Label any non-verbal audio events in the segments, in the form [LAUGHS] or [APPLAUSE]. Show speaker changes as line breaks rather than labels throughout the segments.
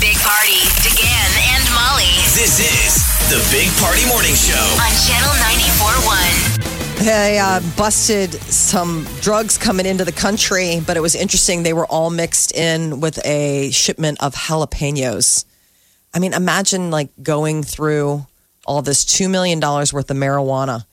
Big Party, DeGan and Molly
This is the Big Party Morning Show.
on Channel 94.1.
They uh, busted some drugs coming into the country, but it was interesting. They were all mixed in with a shipment of jalapenos. I mean, imagine like going through all this $2 million worth of marijuana.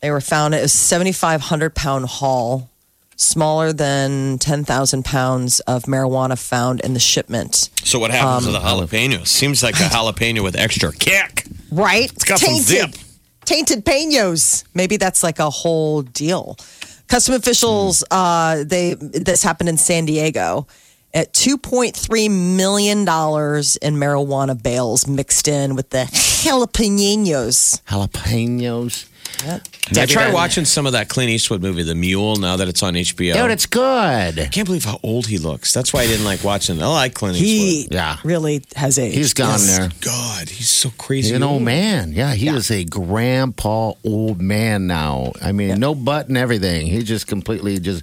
They were found at a 7,500 pound haul, smaller than 10,000 pounds of marijuana found in the shipment.
So what happens
Um,
with a jalapeno? Seems like a
[LAUGHS]
jalapeno with extra kick.
Right? It's
got some zip.
Tainted penos. Maybe that's like a whole deal. Custom officials,
Hmm.
uh, they this happened in San Diego at two point three million dollars in marijuana bales mixed in with the jalapenos.
jalapenos.
I
Maybe
tried
that-
watching some of that Clint Eastwood movie, The Mule, now that it's on HBO.
Dude, it's good.
I can't believe how old he looks. That's why I didn't like watching. it. I like Clint
He
Eastwood.
Yeah.
really has aged.
He's gone
Yes.
there.
God, he's so crazy.
He's an old man. Yeah, he is a grandpa old man now. I mean, no butt and everything. He just completely just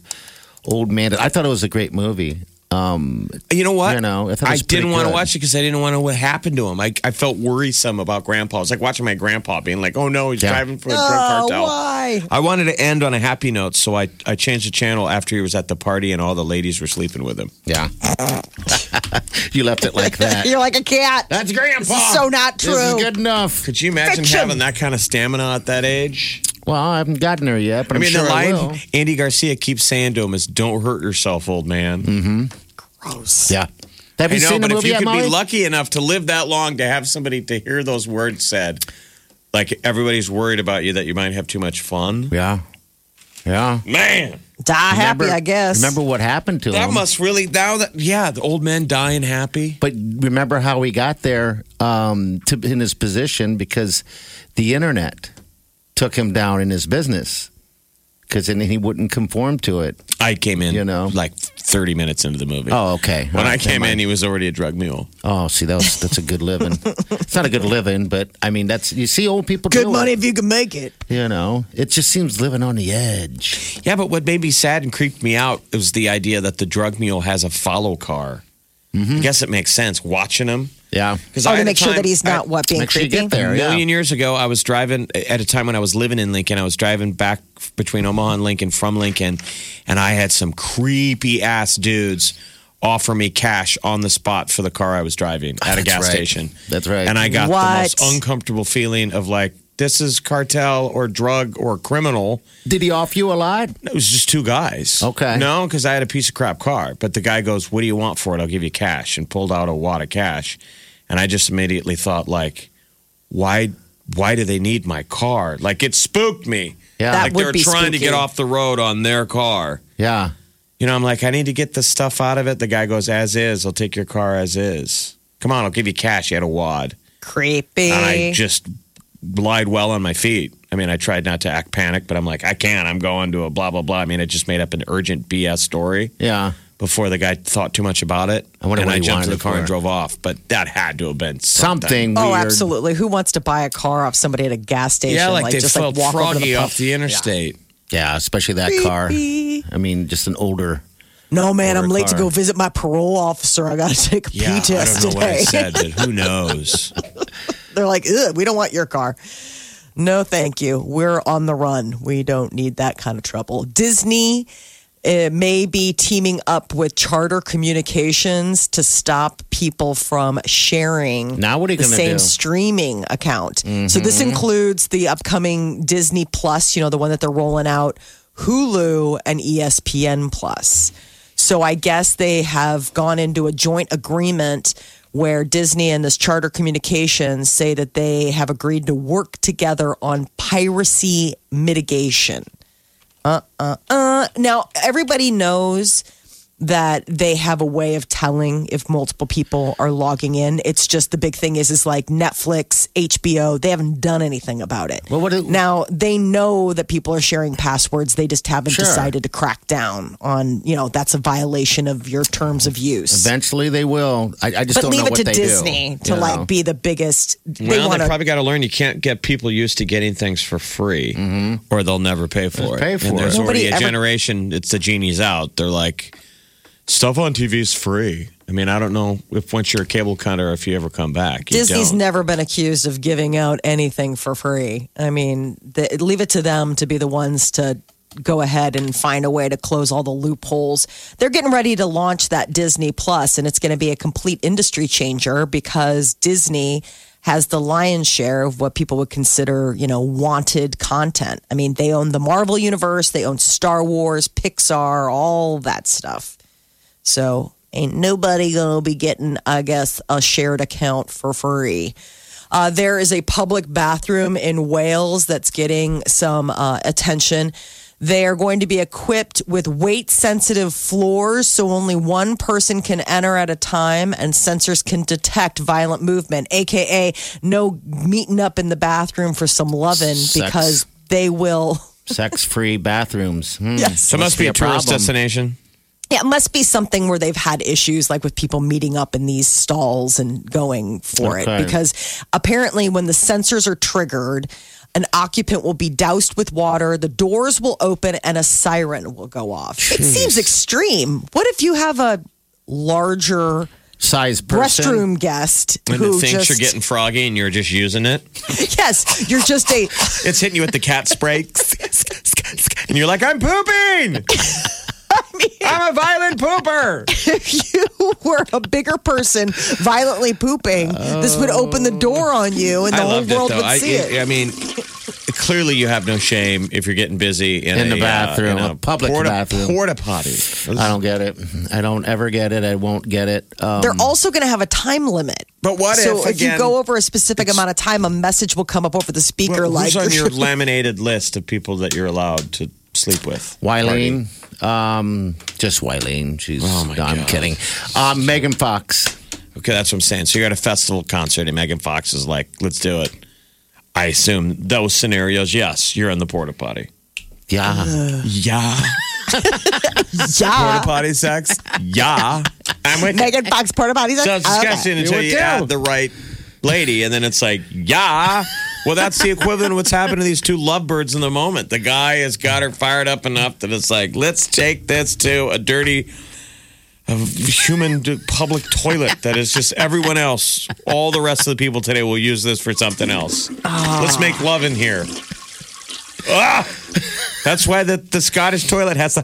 old man. I thought it was a great movie. Um,
You know what?
You know, I thought it was
didn't
pretty
want to
good.
watch it because I didn't want to know what happened to him. I, I felt worrisome about Grandpa. It's like watching my grandpa being like, "Oh no, he's
Yeah.
driving for a drug
Oh,
cartel."
why?
I wanted to end on a happy note, so I, I changed the channel after he was at the party and all the ladies were sleeping with him.
yeah. [LAUGHS] you left it like
[LAUGHS]
[LAUGHS]
that.
You're like a cat.
That's grandpa.
is so not
This is
true.
good enough.
Could you imagine
Fiction.
having that kind of stamina at that age?
Well, I haven't gotten there yet,
I
but I'm
mean,
sure
the
I will.
line Andy Garcia keeps saying to him is, "Don't hurt yourself, old man."
Yeah. Have
I
Mm-hmm. you
know,
seen the
but if
movie
you
yet,
could
Molly?
be lucky enough to live that long to have somebody to hear those words said, like everybody's worried about you that you might have too much fun.
Yeah. Yeah.
Man,
Die happy, I guess.
Remember what happened to
that
him?
must really now that yeah, the old man dying happy.
but remember how he got there um, to in his position because the internet took him down in his business because then he wouldn't conform to it.
I came in,
You know.
like thirty minutes into the movie.
Oh, okay.
When
All
I
right,
came
never
in,
mind.
he was already a drug mule.
oh, see, that was, that's a good living. it's not a good living, but I mean, that's you see old people.
good
do
money
It,
if you can make it.
you know, it just seems living on the edge.
Yeah, but what made me sad and creeped me out was the idea that the drug mule has a follow car.
Mm-hmm.
I guess it makes sense watching him.
Yeah,
Because
Oh, to make sure that he's not what being
make sure you
creepy.
get there.
A million
Yeah.
years ago, I was driving at a time when I was living in Lincoln. I was driving back between Omaha and Lincoln from Lincoln, and I had some creepy ass dudes offer me cash on the spot for the car I was driving at a
That's
gas
right.
station.
That's right.
And I got the most
What?
uncomfortable feeling of like, this is cartel or drug or criminal.
Did he off you a lot?
It was just two guys.
Okay.
No, because I had a piece of crap car. But the guy goes, What do you want for it? I'll give you cash. And pulled out a wad of cash. And I just immediately thought, like, why why do they need my car? Like it spooked me.
Yeah.
That
Like they're
would be
trying to
spooky.
get off the road on their car.
Yeah.
You know, I'm like, I need to get this stuff out of it. The guy goes, As is, I'll take your car as is. Come on, I'll give you cash. He had a wad.
Creepy.
And I just lied well on my feet. I mean, I tried not to act panic, but I'm like, I can't. I'm going to a blah, blah, blah. I mean, I just made up an urgent BS story
Yeah.
before the guy thought too much about it.
I wonder
and
what
I
he
jumped in
wanted
the
it
car and
for.
drove off. But that had to have been something.
Something.
Oh,
weird.
absolutely. Who wants to buy a car off somebody at a gas station?
Yeah, like, they
just
felt
like walk over to
froggy
the pump?
off the interstate.
Yeah, especially that car.
Creepy.
I mean, just an older.
No, man,
Or
I'm
a
late to
car.
go visit my parole officer. I got to take a
Yeah,
pee
I
test
don't know what I
today.
said, but who [LAUGHS] knows?
[LAUGHS] They're like, Ugh, we don't want your car. No, thank you. We're on the run. We don't need that kind of trouble. Disney uh, may be teaming up with Charter Communications to stop people from sharing
Now what are you
the
gonna
same
do? Mm-hmm.
streaming account. So this includes the upcoming Disney Plus, you know, the one that they're rolling out, Hulu and E ESPN Plus. So I guess they have gone into a joint agreement where Disney and this Charter Communications say that they have agreed to work together on piracy mitigation. Uh uh uh. Now everybody knows that they have a way of telling if multiple people are logging in. It's just the big thing is is like Netflix, HBO, they haven't done anything about it.
Well, what do-
now they know that people are sharing passwords. They just haven't
Sure.
decided to crack down on, you know, that's a violation of your terms of use.
Eventually, they will. I, I just
but
don't
leave
know
it
what
to
they
Disney
do,
to
you
like
know?
be the biggest they
well,
want
they
to
probably got to learn you can't get people used to getting things for free, or they'll never pay for
Just pay
it.
for
and there's
it.
already
Nobody
a
ever-
generation. It's the genie's out. They're like, stuff on TV is free. I mean, I don't know if once you're a cable cut or if you ever come back. You
Disney's
don't.
never been accused of giving out anything for free. I mean, the, leave it to them to be the ones to go ahead and find a way to close all the loopholes. They're getting ready to launch that Disney Plus, and it's going to be a complete industry changer because Disney has the lion's share of what people would consider, you know, wanted content. I mean, they own the Marvel universe, they own Star Wars, Pixar, all that stuff. So ain't nobody gonna be getting, I guess, a shared account for free. Uh, there is a public bathroom in Wales that's getting some uh, attention. They are going to be equipped with weight sensitive floors, so only one person can enter at a time, and sensors can detect violent movement, aka no meeting up in the bathroom for some lovin'
Sex.
because they will.
[LAUGHS] Sex-free bathrooms. Hmm.
Yes.
So it must be a tourist
problem.
destination.
Yeah, it must be something where they've had issues like with people meeting up in these stalls and going for
Okay.
it. Because apparently, when the sensors are triggered, an occupant will be doused with water, the doors will open, and a siren will go off. It seems extreme. What if you have a larger
Size person.
restroom guest
And
who
it thinks
just
you're getting froggy and you're just using it.
[LAUGHS] yes, you're just a [LAUGHS]
It's hitting you with the cat spray. and you're like, I'm pooping. I'm a violent pooper.
if you were a bigger person violently pooping, this would open the door on you, and the
I
whole
loved
world
it though.
would
I,
see it.
I mean, clearly you have no shame if you're getting busy in,
In
a,
the bathroom,
uh, in
a public
porta,
bathroom.
porta potty.
I don't get it. I don't ever get it. I won't get it. Um,
They're also going to have a time limit.
But what
so
if,
if you
again,
go over a specific amount of time, a message will come up over the speaker
Well,
like
who's on
[LAUGHS]
your laminated list of people that you're allowed to sleep with?
Wileen, um, just Wileen. She's.
Oh, my
no, I'm
God.
kidding. Um, Megan Fox.
Okay, that's what I'm saying. So you're at a festival concert and Megan Fox is like, "Let's do it." I assume those scenarios. Yes, you're in the porta potty.
Yeah.
Yeah, porta
yeah.
potty
[LAUGHS]
sex. Yeah, I'm with
Megan Fox porta potties.
So it's disgusting until
You
you
would too.
add the right lady, and then it's like, yeah. Well, that's the equivalent of what's happened to these two lovebirds in the moment. The guy has got her fired up enough that it's like, let's take this to a dirty a human d- public toilet that is just everyone else. All the rest of the people today will use this for something else. Let's make love in here. Ah! That's why the, the Scottish toilet has to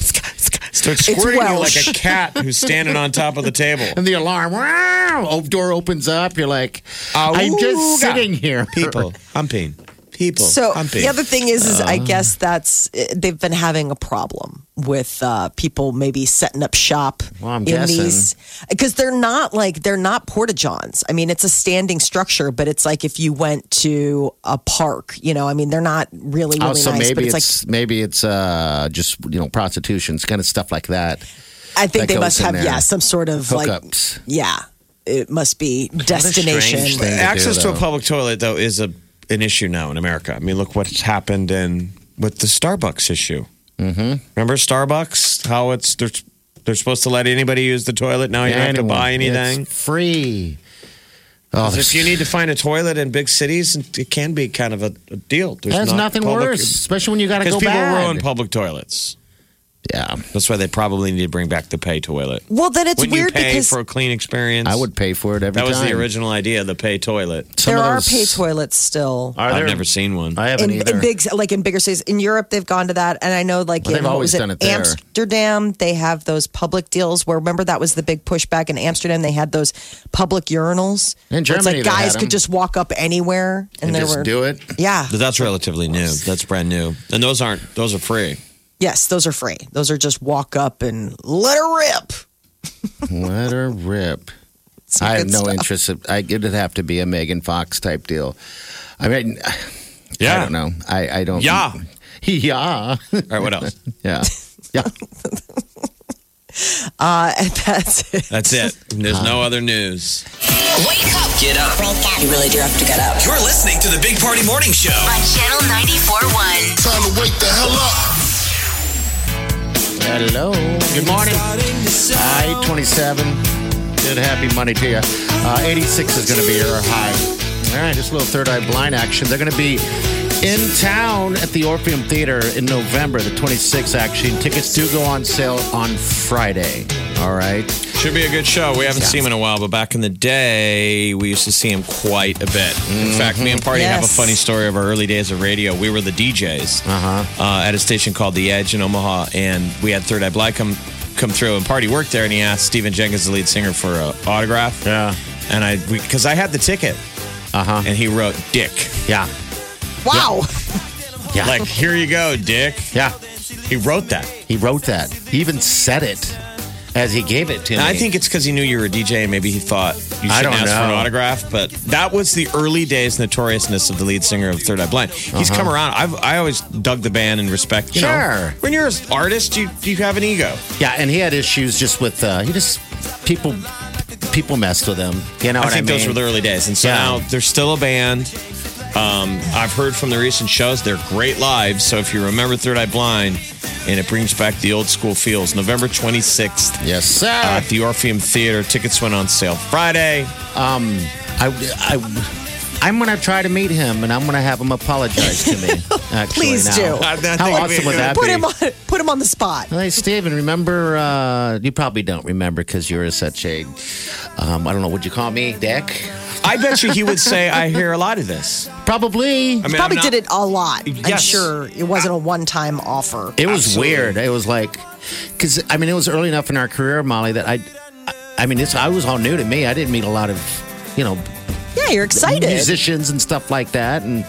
start squirting you like
Welsh.
a cat who's standing on top of the table.
And the alarm. Wow. Oh, door opens up. You're like, I'm
Awooga.
just sitting here.
People, I'm paying. People,
So
I'm paying.
the other thing is, is I
Uh.
guess that's eh, they've been having a problem with uh, people maybe setting up shop
Well, I'm
in
guessing.
these because they're not like they're not porta johns. I mean, it's a standing structure, but it's like if you went to a park, you know. I mean, they're not really
Oh,
really
Also,
nice,
Oh, maybe
but it's,
it's,
like
maybe it's uh, just you know prostitution, it's kind of stuff like that.
I think
that
they
goes
must
in
have
there.
yeah some sort of
Hookups.
like yeah it must be
strange
destination.
thing.
access
do,
to a
though.
public toilet though is a an issue now in America. I mean, look what's happened in with the Starbucks issue. Mm-hmm. Remember Starbucks? How it's they're they're supposed to let anybody use the toilet now. You don't have to
Anyone.
buy anything.
It's free. Oh,
'Cause if you need to find a toilet in big cities, it can be kind of a, a deal. There's
There's
not
nothing
public-
worse, especially when you got to
because
go
people
bad.
ruin public toilets.
yeah,
That's why they probably need to bring back the pay toilet.
Well, then it's
Wouldn't
weird
you pay
because
for a clean experience?
I would pay for it every
That was
time.
the original idea, the pay toilet.
Some
there
of
are
those-
pay toilets still.
Are there?
I've never seen one.
I haven't
in,
either.
in big like in bigger cities in Europe they've gone to that and I know like
Well,
in
they've
what was
always done it there.
Amsterdam they have those public deals where remember that was the big pushback in Amsterdam they had those public urinals
In
where it's
Germany
like
they had
guys could
them.
just walk up anywhere and,
and
there
just
were
do it.
yeah
But that's relatively new. That's brand new. And those aren't, those are free.
yes those are free those are just walk up and let her rip
Let
[LAUGHS]
her rip.
Some
I
good
have no
stuff.
interest. Of, I, it'd have to be a Megan Fox type deal. I mean, [SIGHS] I don't know. I, I don't.
Yeah.
[LAUGHS] Yeah. [LAUGHS]
All right, what else?
Yeah. Yeah.
Uh, and [LAUGHS] that's it.
That's it. There's no other news.
Wake up
Get up.
You really do have to get up.
You're listening to the Big Party Morning Show.
on Channel 94.1.
Time to wake the hell up.
Hello. Good morning. Hi, 27. Good happy Monday to you. Uh, 86 is going to be your high. All right, just a little third eye blind action. They're going to be in town at the Orpheum Theater in November, the 26th, actually. Tickets do go on sale on Friday. All right.
Should be a good show. We haven't seen him in a while, but back in the day, we used to see him quite a bit. In fact, me and Party have a
Yes.
funny story of our early days of radio. We were the DJs uh-huh. at a station called The Edge in Omaha, and we had Third Eye Blind come come through, and Party worked there, and he asked Stephen Jenkins, the lead singer, for an autograph.
Yeah.
And I, because I had the ticket,
Uh huh.
and he wrote Dick.
Yeah.
Wow.
Yeah.
Like, here you go, Dick.
yeah.
He wrote that.
He wrote that. He even said it as he gave it to
And
me.
I think it's because he knew you were a DJ and maybe he thought you shouldn't
I don't
ask for an
know.
autograph. But that was the early days notoriousness of the lead singer of Third Eye Blind. He's come around. I've I always dug the band and respect. You Know,
Sure.
when you're an artist, you you have an ego.
Yeah, and he had issues just with uh, he just people people messed with him. You know
I
what
think
I mean?
those were the early days. And so
Yeah.
now they're still a band. Um, I've heard from the recent shows they're great live. So if you remember Third Eye Blind, and it brings back the old school feels. November 26th
yes, sir.
uh, at the Orpheum Theater. Tickets went on sale Friday.
um, I, I, I'm gonna try to meet him, and I'm gonna have him apologize to me.
[LAUGHS]
Actually,
Please
now.
do. I-
I think
How
it'd be
awesome
a
would
good-
that
Put
be?
him on. Put him on the spot.
Hey, Steven, remember, uh, you probably don't remember because you're such a, um, I don't know, would you call me Dick?
I bet you he would say, I hear a lot of this.
Probably.
I mean,
Probably
I'm not-
did it a lot. I'm
Yes.
sure it wasn't a one-time offer.
It was
Absolutely.
weird. It was like, because I mean, it was early enough in our career, Molly, that I, I mean, this I was all new to me. I didn't meet a lot of, you know,
yeah, you're excited.
musicians and stuff like that, and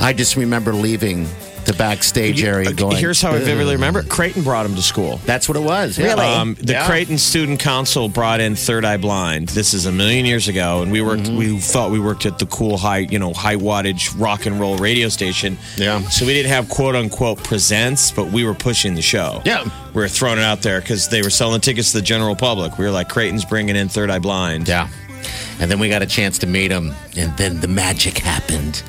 I just remember leaving the backstage area
Okay,
going.
uh, Here's how I vividly
"Ugh."
remember it. Creighton brought him to school.
That's what it was. Yeah.
Really?
Um, the
Yeah.
Creighton Student Council brought in Third Eye Blind. This is a million years ago, and we worked. We thought we worked at the cool high, you know, high wattage rock and roll radio station.
Yeah.
So we didn't have quote unquote presents, but we were pushing the show.
Yeah.
We were throwing it out there because they were selling tickets to the general public. We were like, Creighton's bringing in Third Eye Blind.
Yeah. And then we got a chance to meet him, and then the magic happened.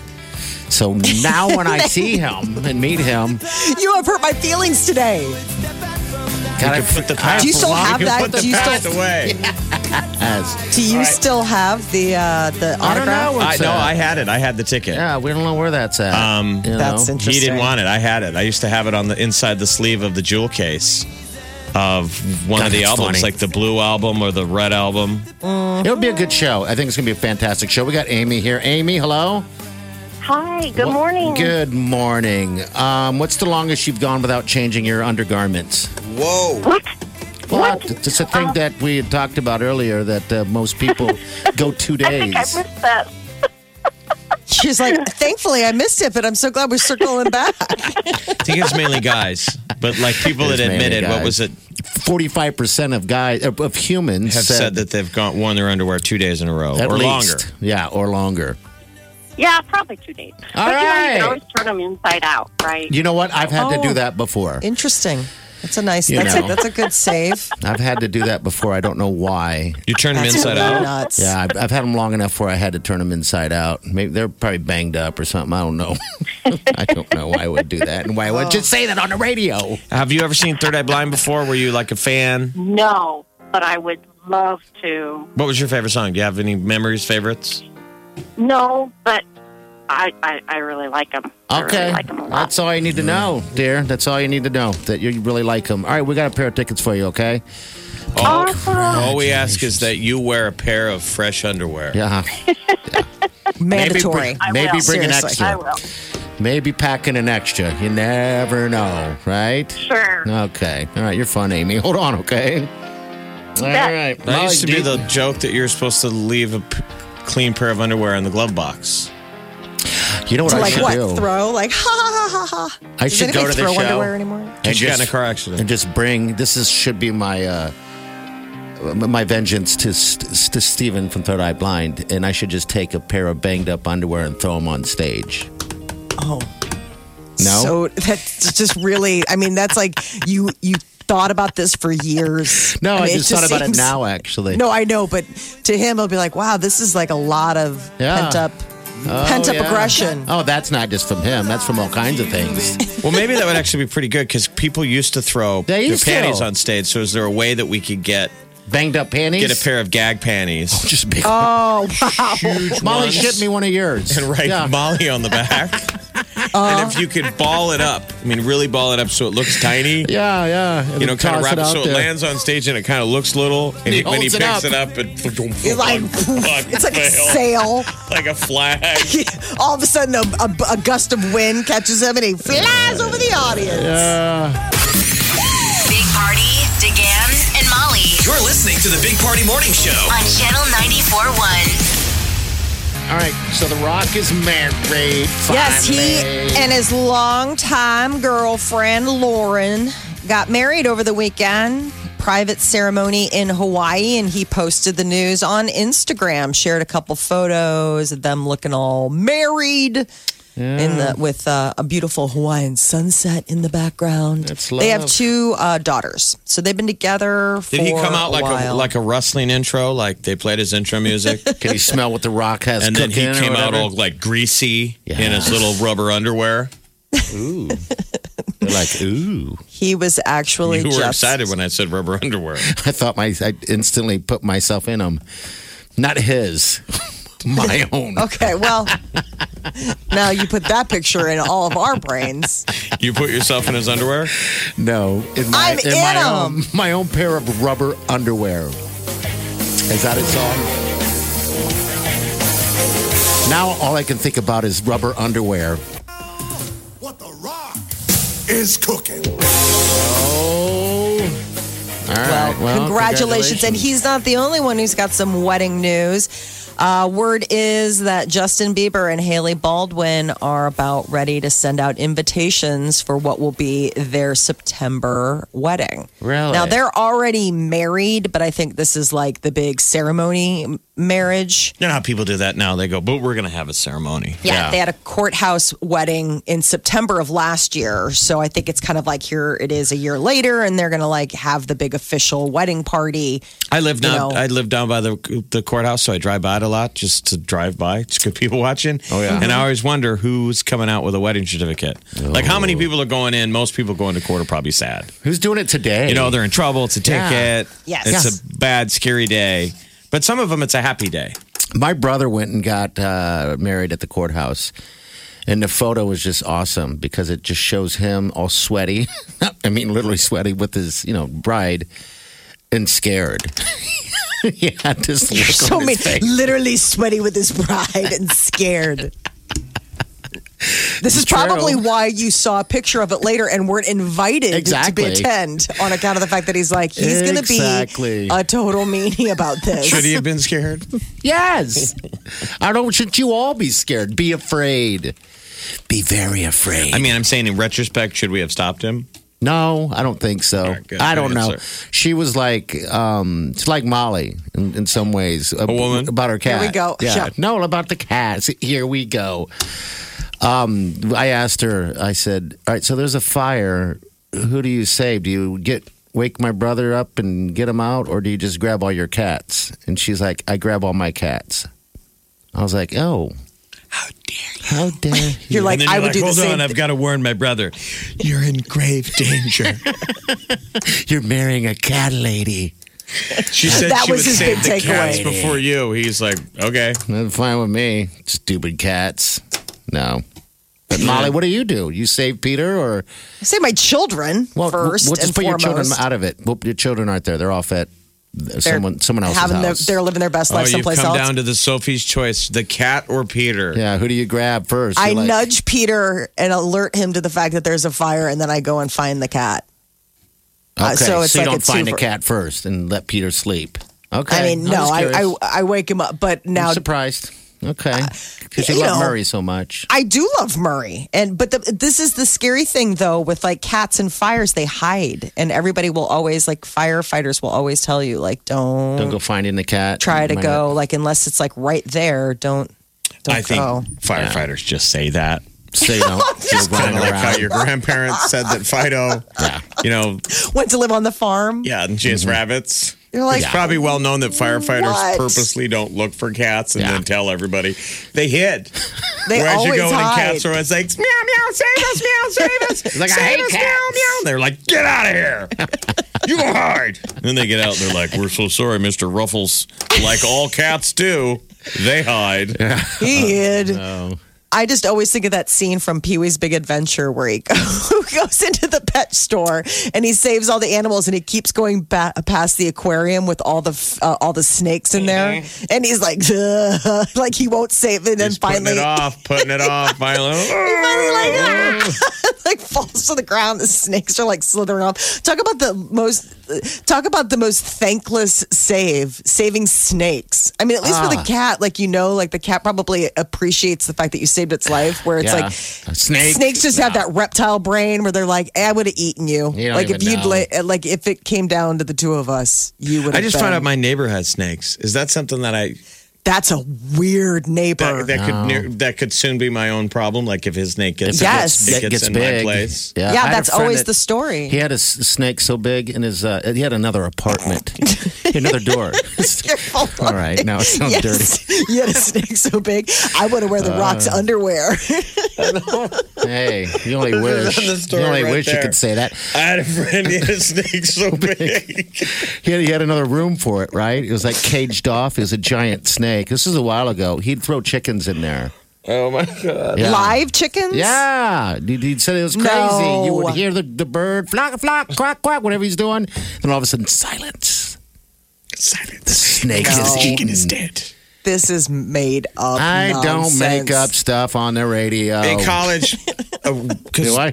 So now when I
[LAUGHS]
see him and meet him,
you have hurt my feelings today.
God, I
Put the past
Do you still
along.
have
You
that?
Put the
Do you
past
still-
away.
Do you
right.
still have the uh, the
I don't
autograph?
know.
I,
It's,
no,
uh,
I had it. I had the ticket.
Yeah, we don't know where that's at. Um,
That's
He
interesting.
didn't want it. I had it. I used to have it on the inside the sleeve of the jewel case of one
God,
of the
that's
albums,
funny.
like the blue album or the red album.
It'll be a good show. I think it's going to be a fantastic show. We got Amy here. Amy, hello.
Hi, good
Well,
morning.
Good morning. Um, what's the longest you've gone without changing your undergarments?
Whoa.
What?
Well, uh, it's a thing that we had talked about earlier that uh, most
[LAUGHS]
people go two
I think I
days.
missed that.
She's like, thankfully I missed it, but I'm so glad we're circling back.
I think it's mainly guys, but like people
It's
that
mainly
admitted, what
guys.
was it,
Forty-five percent of guys of of humans
have said, that they've gone worn their underwear two days in a row
at
or
least,
longer.
Yeah, or longer.
Yeah, probably two days.
All
but you know, you
right.
can always turn them inside out, right?
You know what? I've had to
Oh.
do that before.
Interesting. That's a nice.
You
That's, a,
know.
that's a good save.
I've had to do that before. I don't know why.
You turn them
That's
inside
really
out.
Nuts.
Yeah, I've, I've had them long enough where I had to turn them inside out. Maybe they're probably banged up or something. I don't know. [LAUGHS] I don't know why I would do that and why I would just say that on the radio.
Have you ever seen Third Eye Blind before? Were you like a fan?
no, but I would love to.
What was your favorite song? Do you have any memories, favorites?
No, but I I, I really like them. I
Okay,
really like 'em a lot.
that's all you need
Mm-hmm.
to know, dear. That's all you need to know that you really like them. All right, we got a pair of tickets for you. Okay.
All,
Awesome.
all we ask is that you wear a pair of fresh underwear.
[LAUGHS]
Yeah.
Mandatory.
Maybe, br- maybe bring an
Seriously.
I
extra.
will.
Maybe packing an extra. You never know, right?
Sure.
Okay. All right. You're fun, Amy. [LAUGHS] Hold on, okay? All right.
That used to
Molly,
be
do
the
you-
joke that you're supposed to leave a p- clean pair of underwear in the glove box.
You know what
To
I
like
should
what?
do?
Throw like ha ha ha ha ha.
I
Does
should go
anybody
to the
throw
show.
underwear anymore?
Did you get in a car accident?
and just bring this is should be my uh my vengeance to, St- to Steven from Third Eye Blind, and I should just take a pair of banged up underwear and throw them on stage.
Oh.
No?
So that's just really. I mean, that's like you you thought about this for years.
No, I,
mean,
just, thought about it
seems-
now, actually.
No, I know, but to him, it'll be like, wow, this is like a lot of
Yeah. Oh,
pent up, pent up
yeah.
aggression.
Oh, that's not just from him. That's from all kinds of things.
[LAUGHS]
Well, maybe that would actually be pretty good because people used to throw their
They used to.
panties on stage. So, is there a way that we could get
Banged up panties.
get a pair of gag panties
[LAUGHS]
[LAUGHS]
Just big.
Oh, wow.
Molly
ones.
shipped me one of yours.
and write
Yeah. Uh,
Molly on the
[LAUGHS]
back? and if you could ball it up, I mean, really ball it up so it looks tiny.
Yeah, yeah. And
You know,
then
kind of
toss
wrap it,
out
so it
there.
lands on stage and it kind of looks little. And
He
when he
holds it
picks
up.
it up, it, [LAUGHS]
It's
Oh,
like,
[LAUGHS]
it's like a sail. [LAUGHS]
like a flag.
All of a sudden, a, a, a gust of wind catches him and he flies over the audience.
Big Party, DeGan, and Molly
You're listening to the Big Party Morning Show.
on Channel 94.1.
All right. So The Rock is married.
Yes, he
finally.
and his longtime girlfriend Lauren got married over the weekend. Private ceremony in Hawaii, and he posted the news on Instagram. Shared a couple photos of them looking all married, in the with uh, a beautiful Hawaiian sunset in the background.
That's
They have
love.
two uh, daughters, so they've been together. For
Did he come out
a
like a
while.
like a rustling intro? Like they played his intro
[LAUGHS]
music,
Can you smell what The Rock has
and then he
cooking or
came out
whatever?
all like greasy in
Yes.
his little rubber underwear. [LAUGHS]
They're like, ooh.
he was actually
You were
just
excited when I said rubber underwear.
I thought my I instantly put myself in them. Not his, [LAUGHS] my own.
[LAUGHS]
Okay, well, now you put that picture in all of our brains.
You put yourself in his underwear.
No, in my,
I'm
in
in
my
'em.
own [LAUGHS] my own pair of rubber underwear. Is that his song? Now all I can think about is rubber underwear.
What the rock is cooking.
Oh. All
Well,
right.
congratulations. And he's not the only one who's got some wedding news. Uh, word is that Justin Bieber and Haley Baldwin are about ready to send out invitations for what will be their September wedding.
Really?
Now, they're already married, but I think this is like the big ceremony marriage.
You know how people do that now? They go, but we're gonna have a ceremony.
Yeah, they had a courthouse wedding in September of last year. So I think it's kind of like here it is a year later, and they're going to like have the big official wedding party.
I live
You
down.
know.
I live down by the the courthouse, so I drive by it a lot just to drive by. It's good people watching. Oh
yeah.
And I always wonder who's coming out with a wedding certificate. Like how many people are going in? Most people going to court are probably sad.
Who's doing it today?
You know, they're in trouble. It's a
Yeah.
ticket.
Yes.
It's
Yes.
a bad, scary day. But some of them, it's a happy day.
my brother went and got uh, married at the courthouse. And the photo was just awesome because it just shows him all sweaty. [LAUGHS] I mean, literally sweaty with his, you know, bride and scared. [LAUGHS] he had
[LAUGHS]
this look
So
on
many,
his face.
literally sweaty with his bride and scared. This is
It's true.
probably why you saw a picture of it later and weren't invited
Exactly.
to be attend on account of the fact that he's like he's going to
Exactly.
be a total meanie about
[LAUGHS]
this.
Should he have been scared?
Yes. I don't. Shouldn't you all be scared? Be afraid. Be very afraid.
I mean, I'm saying in retrospect, should we have stopped him?
No, I don't think so.
All right, good.
I don't
Good
know.
answer.
She was like, um, it's like Molly in, in some ways. A
woman?
about her cat.
we go.
Yeah.
Sure.
No, about the cats. Here we go. Um, I asked her. I said, "All right, so there's a fire. Who do you save? Do you get wake my brother up and get him out, or do you just grab all your cats?" And she's like, "I grab all my cats." I was like, "Oh." How dare you? [LAUGHS] How dare you?
You're like
and then
I
you're
would
like,
do the
hold
same.
on, I've got to warn my brother. You're in grave
[LAUGHS]
danger.
You're marrying a cat lady.
She said
That
she
was
would
his
save the
big
cats
takeaway.
before you. He's like, okay.
That's fine with me. Stupid cats. No. But Molly, what do you do? You save Peter or
Say my children
well,
first
we'll just
and
put
foremost.
your children out of it. Well, your children aren't there. They're off at someone someone else's
having
house.
Their, they're living their best
Oh,
life
you've
someplace
come
else.
down to the Sophie's choice: the cat or Peter.
yeah, who do you grab first?
I
You're like,
nudge Peter and alert him to the fact that there's a fire, and then I go and find the cat.
Okay,
uh, so it's
you
like
don't
a
find a
twofer.
cat first and let Peter sleep. Okay.
I mean,
I'm
no,
just
I,
curious.
I I wake him up, but
I'm
now Uh,
surprised. Okay. Because you,
you
love
know-
Murray so much.
I do love Murray, and but the, this is the scary thing though with like cats and fires, they hide, and everybody will always like firefighters will always tell you like don't,
Don't go finding the cat.
Uh, try to
Might
go like unless it's like right there, don't don't
I think
go.
firefighters just say that.
So
[LAUGHS]
you know, you're running
like how
around.
your grandparents said that Fido,
[LAUGHS]
you know,
Went to live on the farm.
yeah, and she has rabbits.
Mm-hmm. You're like,
it's probably well known that firefighters
What?
purposely don't look for cats and
Yeah.
then tell everybody they hid.
They
Whereas
always
you go
hide.
in and cats are always like, meow, meow, save us, meow, save us.
like, I
save
hate
us,
cats.
Meow, meow. And they're like, get out of here. [LAUGHS] you go hide. Then they get out and they're like, we're so sorry, Mr. Ruffles. Like all cats do, they hide.
He
[LAUGHS]
hid.
Oh,
I just always think of that scene from Pee Wee's Big Adventure where he [LAUGHS] goes into the pet store and he saves all the animals and he keeps going ba- past the aquarium with all the f- uh, all the snakes in there
Mm-hmm.
and he's like "Ugh," like [LAUGHS] he won't save it and then
Just putting
finally
it off, putting it off, finally.
finally like, "Ah," [LAUGHS]
Mm.
like falls to the ground. The snakes are like slithering off. Talk about the most. Talk about the most thankless save. Saving snakes. I mean, at least
Ah.
with a cat, like you know, like the cat probably appreciates the fact that you saved its life. Where it's
Yeah.
like
A snake.
Snakes just have that reptile brain where they're like, eh, "I would have eaten you."
You don't
like if
even
you'd
know.
la- like if it came down to the two of us, you would.
I just found out my neighbor had snakes. Is that something that I
that's a weird neighbor.
that, that could near, that could soon be my own problem? Like if his snake gets
Yes.
it
That
gets,
gets
in
big.
my place.
Yeah, I
yeah,
had a
that's
friend
always
that-
the story. [LAUGHS]
He had a s- snake so big in his. Uh, he had another apartment,
[LAUGHS]
[LAUGHS] another door. All right, now it [LAUGHS] sounds
[LAUGHS]
dirty. Uh,
you had a snake so big, I want to wear the Rock's underwear.
Hey, you
[LAUGHS]
only wish.
another
You
story
only
right
wish you
there.
could say that.
I had a friend he had a snake so big.
He had, he had another room for it, right? It was like caged off. It was a giant snake. This is a while ago. He'd throw chickens in there.
oh my god!
Yeah.
Live chickens?
Yeah, he, he said it was crazy.
No.
You would hear the, the bird flock, flock, quack, quack, whatever he's doing. Then all of a sudden, silence. The
Silence.
snake
No.
is eaten.
is dead.
This is made up.
I don't
nonsense.
make up stuff on the radio.
In college, uh,
Do I?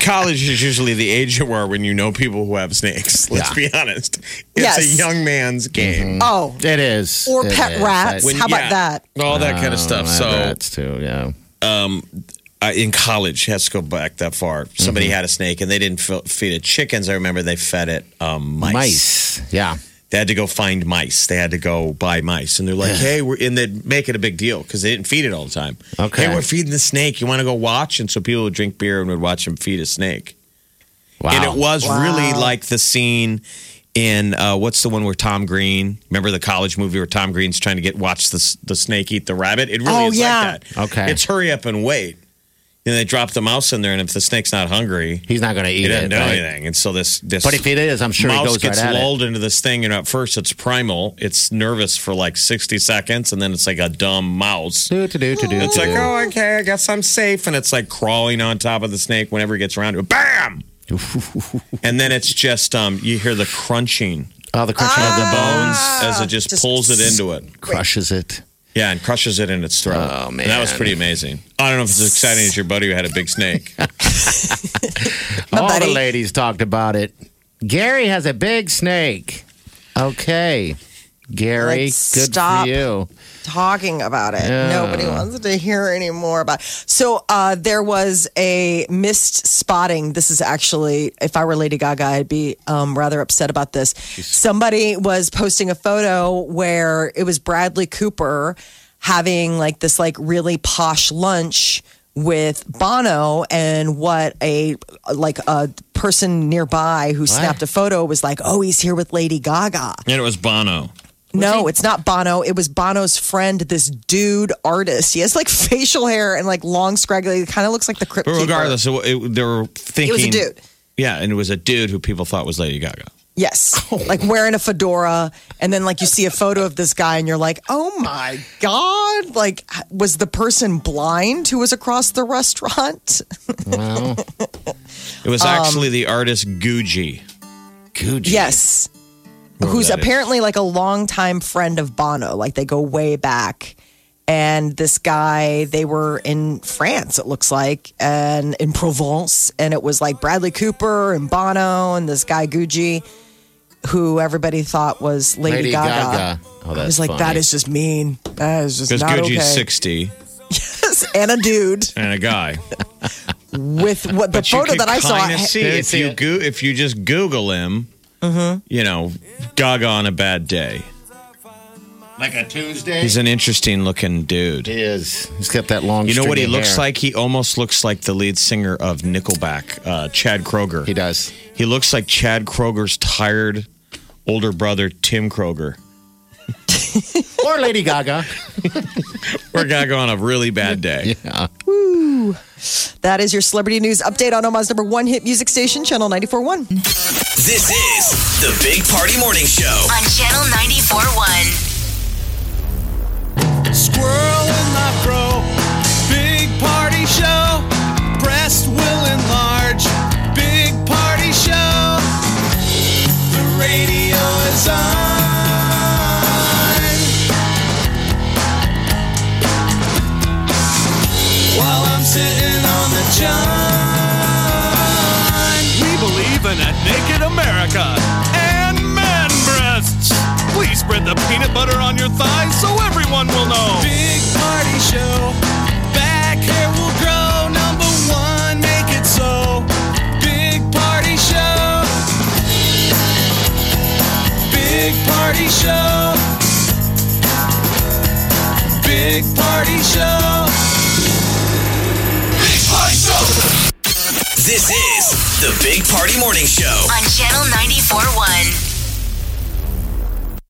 college is usually the age you are when you know people who have snakes. [LAUGHS] Let's
Yeah.
be honest. It's a
Yes.
young man's game.
Oh,
It is.
or
It
pet
is.
rats.
I-
How about that?
All that kind of stuff.
Mm-hmm. Oh, I
So
have rats too. Yeah.
I, in college, has to go back that far. Somebody
Mm-hmm.
had a snake and they didn't fe- feed it chickens. I remember they fed it um, mice.
Mice. Yeah.
They had to go find mice. They had to go buy mice, and they're like, "Hey, we're," and they'd make it a big deal because they didn't feed it all the time.
Okay.
hey, we're feeding the snake. You want to go watch? And so people would drink beer and would watch them feed a snake.
Wow.
And it was really like the scene in uh, what's the one where Tom Green? Remember the college movie where Tom Green's trying to get watch the s- the snake eat the rabbit? It really
Oh,
is
yeah.
like that.
Okay.
it's hurry up and wait. And they drop the mouse in there, and if the snake's not hungry,
He's not going to eat
he doesn't
it.
know
right?
anything. And so this this
But if it is, I'm sure he
mouse
goes right
gets
at it.
lulled into this thing, and at first it's primal, it's nervous for like sixty seconds, and then it's like a dumb mouse.
Do to do to do.
It's
to
like,
do.
oh, okay, I guess I'm safe. And it's like crawling on top of the snake whenever it gets around to it. [LAUGHS] Bam! and then it's just, um, you hear the crunching
Oh, the crunching of
Ah.
the bones
as it just,
Ah, Just-
pulls it into it.
crushes it.
Yeah, and crushes it in its throat.
Oh,
And that was
man.
pretty amazing. I don't know if it's as exciting as your buddy who had a big [LAUGHS] snake.
All
buddy.
the ladies talked about it. Gary has a big snake. Okay. Gary,
Let's
good
stop.
for you.
talking about it. Nobody wants to hear any more about. So uh, there was a missed spotting. This is actually, if I were Lady Gaga, I'd be um, rather upset about this. Somebody was posting a photo where it was Bradley Cooper having like this like really posh lunch with Bono and what a like a person nearby who snapped a photo was like, "Oh, he's here with Lady Gaga."
and it was Bono.
No, it's not Bono. It was Bono's friend, this dude artist. He has like [LAUGHS] facial hair and like long, scraggly. kind of looks like the crypt
But
Keeper.
regardless, it, it, they were
it
thinking.
was a dude.
Yeah, and it was a dude who people thought was Lady Gaga. [LAUGHS]
Yes,
Oh.
like wearing a fedora, and then like you see a photo of this guy, and you're like, "Oh my god!" Like, was the person blind who was across the restaurant?
Wow.
It was actually
Um,
the artist Gucci.
Gucci.
Yes,
Whoever
who's
that is.
apparently like a longtime friend of Bono. Like they go way back. And this guy, they were in France, it looks like, and in Provence. And it was like Bradley Cooper and Bono and this guy, Gucci, who everybody thought was Lady,
Lady
Gaga.
Gaga. Oh, that's
I was like, that
funny.
is just mean. That is just
Because
not
Gucci's
okay. [LAUGHS]
60
and a dude
and a guy.
with what the
But you
photo
could
that I saw.
kinda See,
Didn't
if
see
you
it.
go, if you just
Mm-hmm.
Google him, you know, Gaga on a bad day.
Like a Tuesday?
He's an interesting looking dude.
he is. He's got that long
You know what he
stringy
looks
hair.
like? He almost looks like the lead singer of Nickelback, uh, Chad Kroger.
He does.
He looks like Chad Kroger's tired older brother, Tim Kroger.
Or Lady Gaga.
We're gonna go on a really bad day.
yeah.
That is your celebrity news update on Omaha's number one hit music station, Channel 941.
This is the Big Party Morning Show.
On Channel 94.1.
Squirrel in my fro. Big Party Show. Breast will enlarge. Big Party Show. The radio is on. While I'm sitting on the john. We believe in a naked America and man breasts. Please spread the peanut butter on your thighs so everyone will know. Big party show. Back hair will grow. Number one, make it so. Big party show. Big party show. Big party show. Big party show. This is the Big Party Morning Show.
On Channel 94.1.